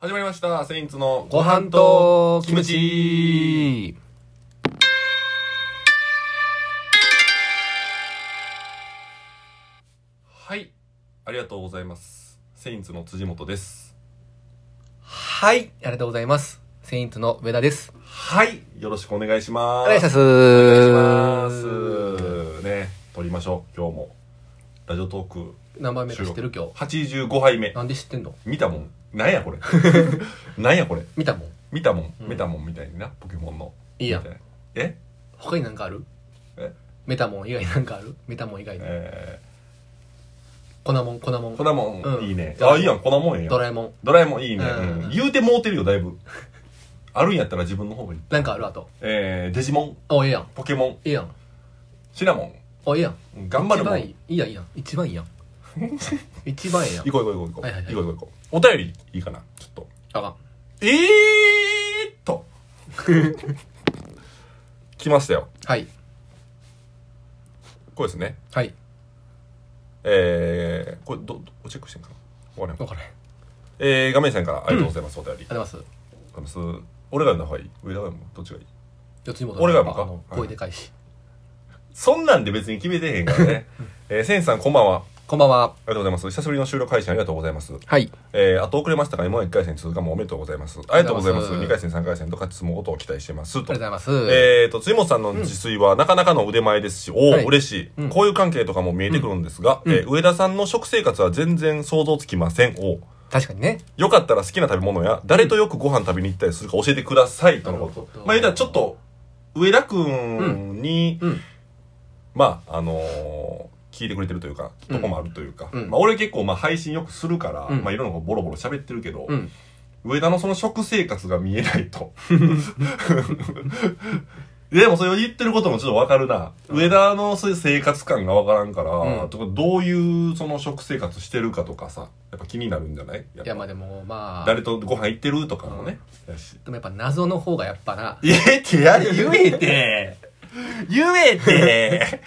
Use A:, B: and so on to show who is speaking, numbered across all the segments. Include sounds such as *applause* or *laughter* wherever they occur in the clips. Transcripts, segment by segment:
A: 始まりました。セインツの
B: ご飯とキムチ
A: はい。ありがとうございます。セインツの辻元です。
B: はい、ありがとうございます。セイントの上田です。
A: はい。よろしくお願いします。
B: お願いします。
A: お
B: お
A: 願いします。ね。撮りましょう。今日も。ラジオトーク
B: 何番目
A: 収
B: か知
A: 録。
B: ってる今日。
A: 85杯目。
B: なんで知ってんの
A: 見たもん。なんやこれ。
B: *laughs*
A: なんやこれ。
B: 見たもん。
A: 見たもん。
B: うん
A: 見たもんみたいにな。ポケモンの。
B: いいやん
A: みたな。え
B: 他になんかある
A: え
B: メタモン以外なんかあるメタモン以外に。
A: え
B: 粉もん、粉も
A: ー、
B: ん
A: 粉。もん、
B: うん
A: いいね。
B: ドラ
A: あ、いいやん。粉もんええやん。
B: ドラえもん。
A: ドラえもんいいね、
B: うん
A: うん言うてもうてるよだいぶあるんやったら自分の方がいい
B: なんかあるあと。
A: えー、デジモン
B: お、ええやん。
A: ポケモン
B: ええやん。
A: シナモ
B: お、ええやん。
A: ン頑張る
B: 一
A: もん
B: 番いい。いいやん、いいやん。一番いいやん。一番ええやん
A: 行。こう行こう行こう行こう、
B: はいはいはい
A: 行こう行こうお便りいいかなちょっと
B: あかん。
A: えーっ
B: *laughs*
A: と来ましたよ
B: はい。
A: これですね
B: はい。
A: えー、これどどチェックしてんかな終わりま
B: わ
A: し
B: からへん。あ
A: えー、画面さんからありがとうございます、お便り
B: りがとうございま
A: あ
B: す。
A: りがとうございます俺が読んだ方がいい上田が読むどっちがいい
B: 四つにも
A: 俺がもか
B: あの
A: はい
B: 声でかいし。
A: そんなんで別に決めてへんから
B: *laughs*
A: ね、えー、センさんこんばんは
B: こんばんは。
A: ありがとうございます。久しぶりの収録配信ありがとうございます。
B: はい。
A: えー、あと遅れましたが、今1回戦通過もおめでとうございます。ありがとうございます。
B: あり
A: 2
B: が
A: 回
B: と
A: 戦、3回戦と勝ち進むことを期待してます。
B: あ
A: と
B: りがとうございます。
A: えーと、辻本さんの自炊はなかなかの腕前ですし、おお、
B: はい
A: 嬉しい、
B: うん
A: こういう関係とかも見えてくるんですが、
B: うん
A: えー上田さんの食生活は全然想像つきません。おう
B: 確かにね。
A: よかったら好きな食べ物や、誰とよくご飯食べに行ったりするか教えてください。とのこと
B: なるほ。ど
A: まあ、言ったらちょっと、上田くんに、
B: うん。
A: まああのー聞いてくれてるというか
B: うん
A: とこもあるというか、
B: うん
A: まあ、俺結構まあ配信よくするから、
B: うん
A: まあ、いろんなことボロボロ喋ってるけど、
B: うん。
A: 上田のその食生活が見えないと *laughs* でもそれを言ってることもちょっとわかるな、
B: うん
A: 上田のそういう生活感がわからんから、
B: うん
A: とかどういうその食生活してるかとかさやっぱ気になるんじゃないやっ
B: いや、
A: ぱ
B: まあでも、まあ。
A: 誰とご飯行ってるとかもね、やし
B: でもやっぱ謎の方がやっぱな。
A: 言えてやれ言えて言えて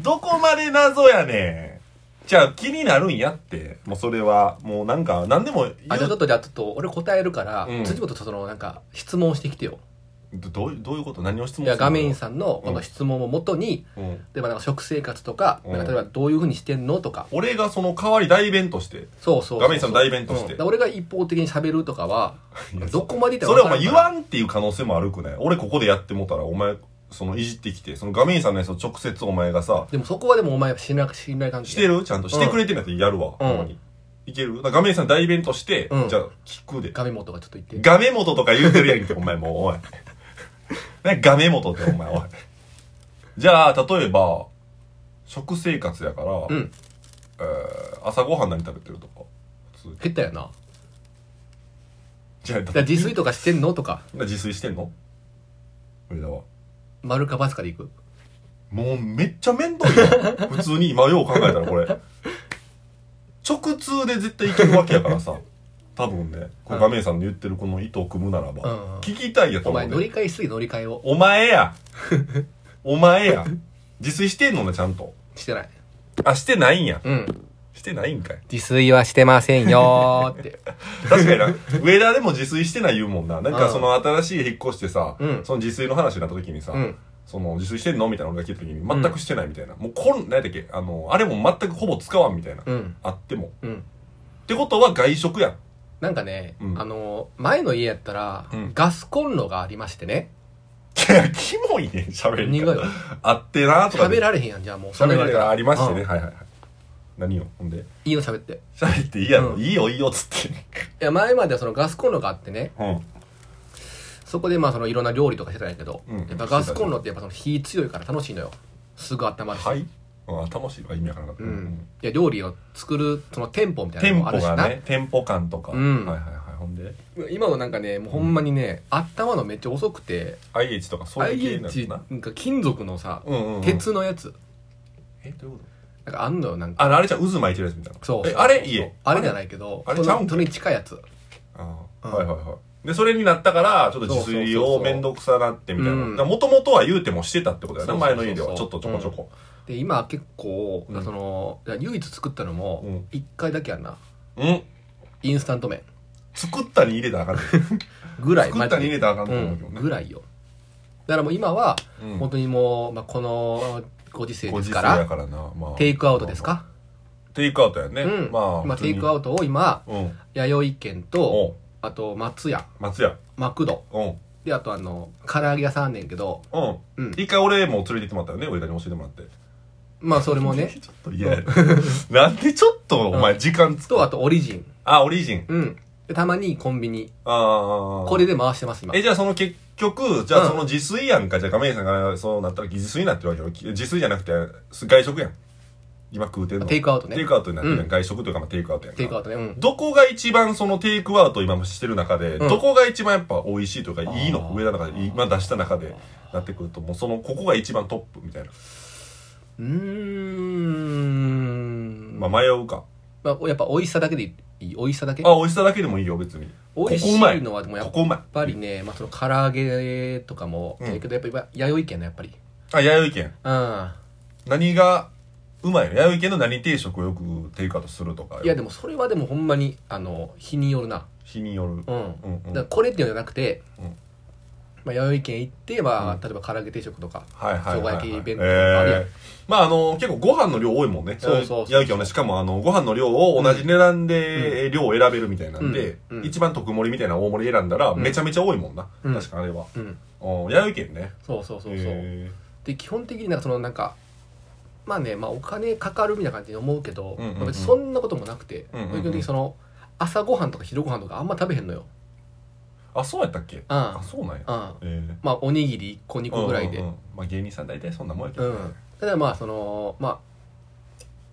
A: どこまで謎やねんじゃあ気になるんやってもうそれはもうなんか何でも言う
B: あ、じゃあちょっとじゃあちょっと俺答えるから、
A: うん
B: 辻本とそのなんか質問してきてよ。
A: どどういうどういうこと何を質問す
B: い
A: る
B: や、画面員
A: さ、
B: さんのこの質問をもとに、
A: うん、
B: 例えばなんか食生活とか、
A: うん
B: なんか例えばどういうふうにしてんのとか。
A: 俺がその代わり代弁として
B: そうそうそうそう。
A: 画面員さんの代弁として
B: うんだから俺が一方的に喋るとかは、どこまでいった
A: それお前言わ
B: ん
A: んっていう可能性もあるくない俺ここでやってもたらお前そのいじってきてその画面員さんのやつを直接お前がさ
B: でもそこはでもお前信頼信頼関係。
A: してるちゃんとしてくれてるやつやるわ、
B: うん
A: ほんまにいけるだから画面員さん代弁として、
B: うん
A: じゃあ聞くで
B: 画面元がちょっと言って。
A: ガメ元とか言うてるやんけ、お前もう、おい。 *laughs* ね、ガメ元って、お前、おい。じゃあ、例えば、食生活やから、
B: うん。
A: えー朝ごはん何食べてるとか、普通に。
B: 減ったよな。だか
A: じゃあ、だ
B: ら自炊とかしてんのとか、
A: 自炊してんの上田は。
B: 丸かバツかでいく。
A: もう、めっちゃ面倒いやん普通に今、よう考えたら、これ。直通で絶対いけるわけやからさ。多分ね、これ
B: うん
A: 画面さんの言ってるこの糸を組むならば、
B: うんうん
A: 聞きたいやと
B: お
A: 思う
B: 前
A: ね
B: 乗り換えしすぎ乗り換えを
A: お前や。お前や。自炊してんのね、ちゃんと。
B: してない。
A: あ、してないんや。
B: うん。
A: してないんかい。
B: 自炊はしてませんよーって。
A: 確かにな。上田でも自炊してない言うもんな。なん
B: う
A: か
B: ん
A: その新しい引っ越してさ、
B: うん
A: その自炊の話になった時にさ、
B: うん。
A: その自炊してんのみたいな俺が聞いた時に、全くしてないみたいな。もうこん、なんだっけ、あの、あれも全くほぼ使わんみたいな。
B: うん。
A: あっても。
B: うん。
A: ってことは外食やん。
B: なんかね、
A: うん
B: あの、前の家やったら、
A: うん
B: ガスコンロがありましてね。
A: いや、キモいねん、喋り
B: 苦い
A: 方。あってなとかで。
B: 食べられへんやん、じゃあもう。
A: 喋り方がありましてね。
B: うん
A: はいはいはい。何よ、ほんで。
B: いいよ、喋って。い
A: 喋っていいやろ。
B: うん
A: いいよ、いいよ、つって。
B: や、前まではそのガスコンロがあってね、
A: うん。
B: そこでまあそのいろんな料理とかしてたんやけど、
A: うん
B: やっぱガスコンロってやっぱその火強いから楽しいのよ。すぐ温まるし。
A: はい。うん、頭白い意味わからなか
B: う
A: った。
B: ん。いや、料理を作る、その店舗みたい
A: テ
B: な
A: ン
B: の
A: ポ
B: もあるしな。
A: がね、テンポ感とか。
B: うん
A: はいはいはい。ほんで、
B: 今はなんかね、もうほんまにね、温まるのめっちゃ遅くて、
A: IH とかそういう系なん
B: IH
A: だな。
B: なんか金属のさ、
A: うんうんうん。
B: 鉄のやつ。
A: え、どういうこ
B: なんかあんのよ、なんか。
A: とあの、あれじゃん渦巻いてるやつみたいな。
B: そう
A: え、あれ家。
B: あれじゃないけど、
A: あれ
B: そ
A: ちゃうん
B: の
A: か
B: それに近いやつ。
A: ああ
B: うん
A: はいはいはい。で、それになったから、ちょっと自炊
B: そうそ
A: を
B: うそうそ
A: め
B: う
A: んどくさなってみたい
B: うん
A: な。もともとは言うてもしてたってことやな。
B: そうそう
A: 前
B: そう
A: の家では。ちょっとちょこちょこ。
B: で今結構、
A: うん
B: そのいや唯一作ったの
A: う
B: も
A: ん
B: 1回だけやんな、
A: うん。
B: インスタント麺
A: 作ったに入れたらあかんね
B: ぐらい
A: 作ったに入れたらあかん
B: う
A: と思うけ
B: ん
A: どね
B: ぐらいよだからもう今は
A: うん
B: 本当に *laughs* もう、まあ、このご時世
A: ご
B: です
A: 時世
B: か
A: や
B: ら
A: からな、まあ、
B: テイクアウトですか、
A: テイクアウトやね、
B: うん
A: まあ
B: 今テイクア
A: ウ
B: ウトを今
A: トうん
B: 弥生県
A: お
B: と
A: う
B: あと松屋
A: 松屋
B: マクド
A: うん
B: であとあの唐揚げ屋さんあんねんけど
A: うん
B: うん
A: 一回俺も連れて行ってもらったよね俺らに教えてもらって
B: まあそれ
A: *laughs*
B: もね
A: ちょっと嫌やねなんでちょっとお前時間つく、
B: とあとオリジン
A: あオリジン
B: うんでたまにコンビニ
A: ああ
B: これで回してます今
A: えじゃあその結局じゃ
B: う
A: あ
B: ん
A: その自炊やんか、じゃあ亀井さんがそうなったら自炊になってるわけよき自炊じゃなくて外食やん今食うてるの
B: テイクアウトね
A: テイクアウトになってるやん、
B: うん
A: 外食というかまあテイクアウトやんか
B: テイクアウトねうん
A: どこが一番そのテイクアウトを今してる中で、
B: うん
A: どこが一番やっぱ美味しいというかいいの
B: あー
A: 上田の中で今出した中でなってくるともうそのここが一番トップみたいな、
B: うーん
A: まあ迷うか
B: まあ、やっぱ美味しさだけでいい美味しさだけ
A: あ美味しさだけでもいいよ別に
B: 美味し
A: ここ
B: いう
A: まい
B: のはでもや
A: こ
B: っ
A: こうまい
B: ぱりね、まあ、その唐揚げとかも、
A: うん
B: ええけどやっぱり弥生県のやっぱり
A: あ弥生県
B: う
A: 何がうまいの弥生県の何定食をよくテイクアウトするとか
B: んいやでもそれはでもほんまにあの日によるな
A: 日による
B: うん、
A: うんうん
B: だからこれっていうのじゃなくて、
A: うん
B: まあ、弥生県行って、まあ
A: うん
B: 例えば唐揚げ定食とか
A: はいはいはい、はい、
B: 生姜焼き弁当
A: え
B: あるやん
A: えまああの結構ご飯の量多いもんね
B: そうそうそう
A: 弥生県はねしかもあのご飯の量を同じ値段で、量を選べるみたいなんで、
B: うんうん
A: 一番特盛りみたいな大盛り選んだら
B: うん
A: めちゃめちゃ多いもんな、
B: うん
A: 確かあれは
B: うん
A: お弥生県ね
B: そうそうそうそう、
A: へ
B: で基本的になんかそのなんかまあね、まあ、お金かかるみたいな感じに思うけど、
A: うんうんうん
B: まあ別にそんなこともなくて、
A: うんうんうん
B: まあ基本的にその朝ごはんとか昼ごはんとかあんま食べへんのよ、
A: ーあそうやったっけあ
B: あ
A: そうなんや
B: あああ
A: ええ
B: まあおにぎり1個2個ぐらいで
A: うんうんうんまあ芸人さん大体そんなもんやけ
B: う
A: ど
B: ん、ただまあそのまあ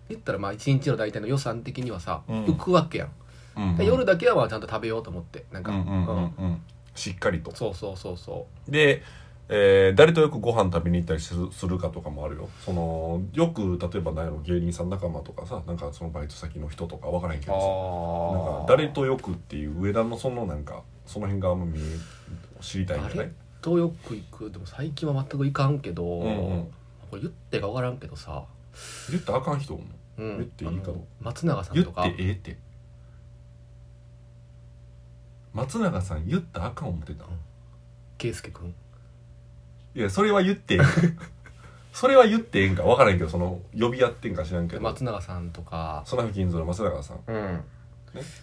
B: 言ったらまあ一日の大体の予算的にはさ、
A: うん
B: 浮くわけやん
A: うんうん
B: で夜だけはまあちゃんと食べようと思ってなん
A: う
B: か、
A: んうんうん
B: う
A: うんんしっかりと
B: そうそうそうそ
A: で、えー誰とよくご飯食べに行ったりするするかとかもあるよそのよく例えば何やろ芸人さん仲間とかさなんかそのバイト先の人とか分からへんけ
B: う
A: どさなんか
B: あ
A: 誰とよくっていう上田のそのなんかその辺があんま見え知りたいんじゃな
B: あ
A: い
B: れとよく行くでも最近は全く行かんけど、
A: うんうん
B: これ言ってか分からんけどさ、
A: 言ったらあかん人おんの
B: うん、
A: 言っていいか
B: あ
A: な
B: の松永さん
A: 言っ
B: と
A: て
B: か
A: ええって松永さん言ったらあかん思ってた
B: 圭佑君
A: いやそれは言っ
B: *laughs*
A: てええそれは言ってええんか分からへんけどその呼び合ってんか知らんけど
B: 松永さんとか、
A: その金蔵の松永さん
B: うん、
A: ね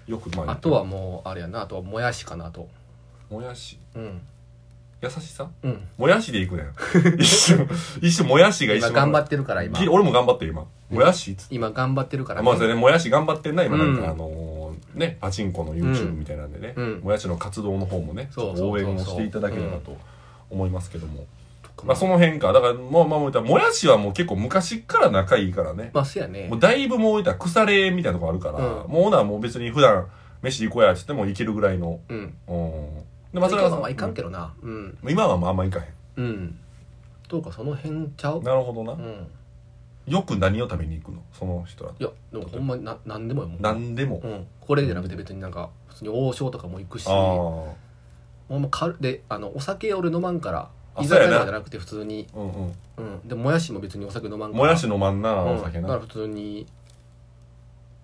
A: よくまあ言
B: あ
A: って
B: と
A: る
B: はもうあれやなあとはもやしかなと
A: もやし
B: うん
A: 優しさ
B: うん
A: もやしでい
B: *laughs*
A: くねん一瞬一瞬もやしが一
B: 今
A: 瞬
B: 頑張ってるから今
A: ぎ俺も頑張ってる今もやしっつって、
B: 今頑張ってるから、
A: まあそれねもやし頑張ってんな今なんか、
B: うん
A: あのーねパチンコの YouTube
B: うん
A: みたいなんでね、
B: うん
A: もやしの活動の方もねち
B: そう
A: ょっ
B: そ
A: と
B: う
A: 応援を
B: そうそう
A: していただければと思いますけども、
B: と
A: まあその辺かだからもうまあもう言ったらもやしはもう結構昔っから仲いいからね、
B: まあそうやね
A: もうだいぶもう言ったら腐れみたいなとこあるから、
B: うん
A: もうほなもう別に普段飯行こうやっつっても行けるぐらいの
B: うん
A: うんで
B: まあ
A: 松
B: そ
A: 永
B: れ
A: さ
B: は
A: ん
B: まあいかんけどなうん
A: 今はまああんま行かへん
B: うんどうかその辺ちゃう
A: なるほどな、
B: うん
A: よく何を食べに行くのその人らと
B: いやでもほんまにな何でもよもう
A: 何でも、
B: うん、これじゃなくて別になんか普通に王将とかも行くしも
A: あ
B: うもうかるであのお酒俺飲まんから
A: あ
B: 居酒
A: そう
B: 屋
A: や
B: と
A: な
B: かじゃなくて普通に
A: あうんうん
B: うんでももやしも別にお酒飲まんから
A: もやし飲まんな、
B: うん
A: お酒
B: だ
A: な、
B: から普通に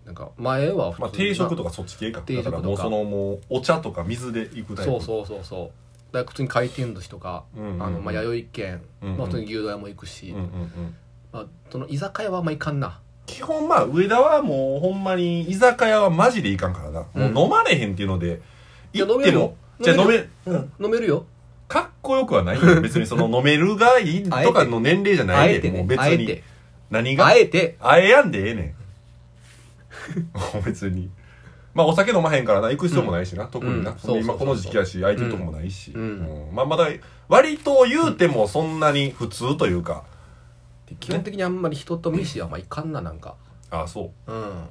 B: なんか前は普通に
A: まあ、定食とかそっち系か
B: 定食とか
A: だからもうそのもうお茶とか水で行くタイプ
B: そうそうそうそうだから普通に回転寿司とか、
A: うんうんうん
B: あのまあ、弥生県、
A: うんうん
B: まあ、普通に牛丼屋も行くし、
A: うんうんうん
B: まあ、その居酒屋はあんま行かんな
A: 基本まあ上田はもうほんまに居酒屋はマジでいかんからな、
B: うん
A: もう飲まれへんっていうので
B: いや
A: 行ってもじゃあ飲
B: 飲め
A: めうん
B: 飲めるよ
A: かっこよくはないよ別にその飲めるがいいとかの年齢じゃ
B: あ
A: ないで
B: えて
A: も
B: ね
A: う別
B: あえ
A: に
B: て
A: 何が
B: あえて
A: あえやんでええねん
B: *laughs*
A: もう別にまあお酒飲まへんからな行く必要もないしな、特にな、
B: うん
A: そんで
B: そうそうそう
A: 今この時期やし空いてるとこもないし、
B: うん
A: うんまあまだ割と言うてもそんなに普通というか、
B: 基本的にあんまり人と飯はあんま行かんななんか
A: ああそう
B: うん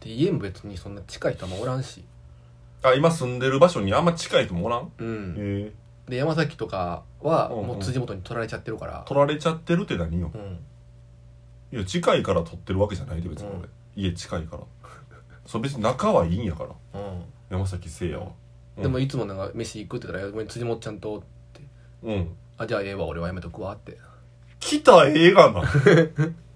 B: で家も別にそんな近い人もおらんし
A: あ今住んでる場所にあんま近い人もおらん
B: うん
A: ええ
B: で山崎とかは
A: うんうん
B: もう辻元に取られちゃってるから
A: 取られちゃってるって何よ
B: うん
A: いや近いから取ってるわけじゃないで別に俺、
B: うん
A: 家近いからそう別に仲はいいんやから
B: う
A: 山崎誠也はうん
B: んでもいつもなんか飯行くって言ったらいや「ごめん辻元ちゃんと
A: うん
B: あじゃあええわ俺はやめとくわ」って *laughs*
A: 来た映画な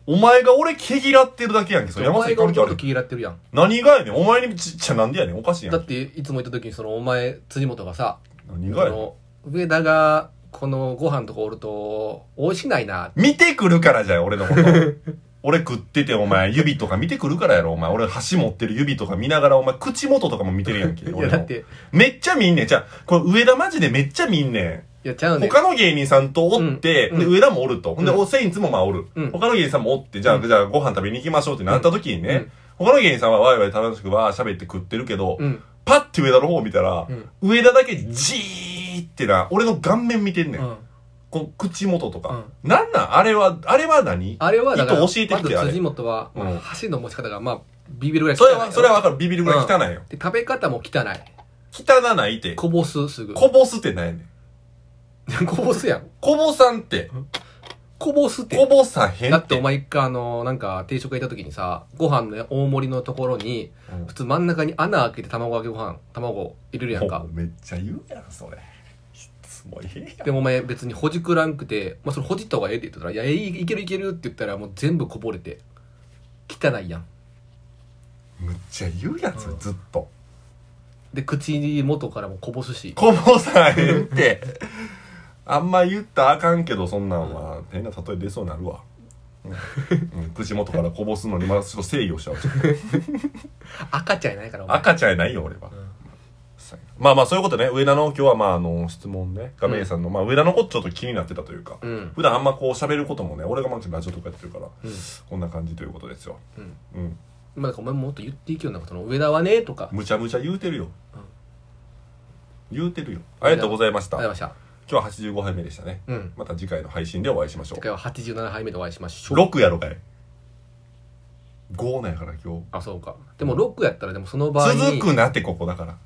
A: お前が俺毛嫌ってるだけやんけ。それ
B: お
A: 山
B: 前
A: 崎
B: が俺
A: 関係
B: ちょ
A: あ
B: っと
A: る。
B: 気嫌ってるやん
A: 何がやねん。お前にちっちゃなんでやねん。おかしいや
B: だっ
A: ん。
B: ていつも行った時にそのお前辻本がさ
A: 何
B: あ
A: がやねん。
B: の上田がこのご飯とかおると美味しないな
A: 見てくるからじゃん、俺のこと。 *laughs* 俺食っててお前指とか見てくるからやろ、お前。俺箸持ってる指とか見ながらお前口元とかも見てるやんけ。
B: い
A: 俺
B: や
A: の
B: だって
A: めっちゃ見んねん。じゃあ、これ上田マジでめっちゃ見んねん。
B: いやちゃうねん
A: 他の芸人さんとおって、
B: うん
A: で
B: うん
A: 上田もおると。ほんで、
B: うん
A: おセインツもまあおる、
B: うん
A: 他の芸人さんもおって、じゃあ、
B: うん
A: じゃあご飯食べに行きましょうってなった時にね、他の芸人さんはワイワイ楽しくわー喋って食ってるけど、
B: うん
A: パッて上田の方を見たら、
B: うん
A: 上田だけじーってな、俺の顔面見てんね。
B: うんん
A: こう口元とか。なんなんあれは、あれは何
B: あれはだから
A: 糸教えてきてあ
B: まず
A: れ
B: 辻本は、まあ
A: うん
B: 箸の持ち方がまあビビるぐらい
A: それは、それは
B: は
A: わかる。ビビるぐらい汚いよ。
B: で食べ方も汚
A: 汚ないって
B: い。こぼすすぐ *laughs*
A: こ
B: こ
A: ぼすってないねん。
B: ぼすやん
A: こぼさんって、
B: こぼすって
A: こぼさへん
B: だ
A: っ
B: ってお
A: て。
B: 前一回あのなんか定食屋行った時にさご飯の大盛りのところに
A: うん
B: 普通真ん中に穴開けて卵かけご飯卵入れるやんか
A: もうめっちゃ言うやん、それ。質問ええやん。
B: でもお前別にほじくらんくて、まあ、それほじった方がええって言ったら「いやえいいけるいける」って言ったらもう全部こぼれて汚いやん
A: むっちゃ言うやつ、
B: うん
A: ずっと。
B: で口元からもこぼすし
A: こぼさへんって。あんま言ったらあかんけど、そんなんは。変な例え出そうになるわ。うん、うん口元からこぼすのに、まだちょっと制御しちゃう。
B: 赤ちゃんやないからお前
A: 赤ちゃんやないよ、俺は。
B: ん
A: まあまあそういうことね上田の今日はまああの質問ね亀井さんの、まあ上田のことちょっと気になってたというか、
B: うん
A: 普段あんまこう喋ることもね俺がまあラジオとかやってるから、
B: うん
A: こんな感じということですよ
B: うん
A: うん
B: まあ、なんかお前もっと言っていいけよなんかその上田はねとか
A: むちゃむちゃ言うてるよ、
B: うん
A: 言うてるよありがとうございました
B: あり
A: 今
B: がとうございま
A: 日は85杯目でしたね
B: したうん
A: また次回の配信でお会いしましょ
B: 次回は87杯目でお会いしまし
A: う
B: ょう
A: 6やろかい5なんやから今日
B: あそうかでも6やったらでもその場合に
A: 続くなってここだから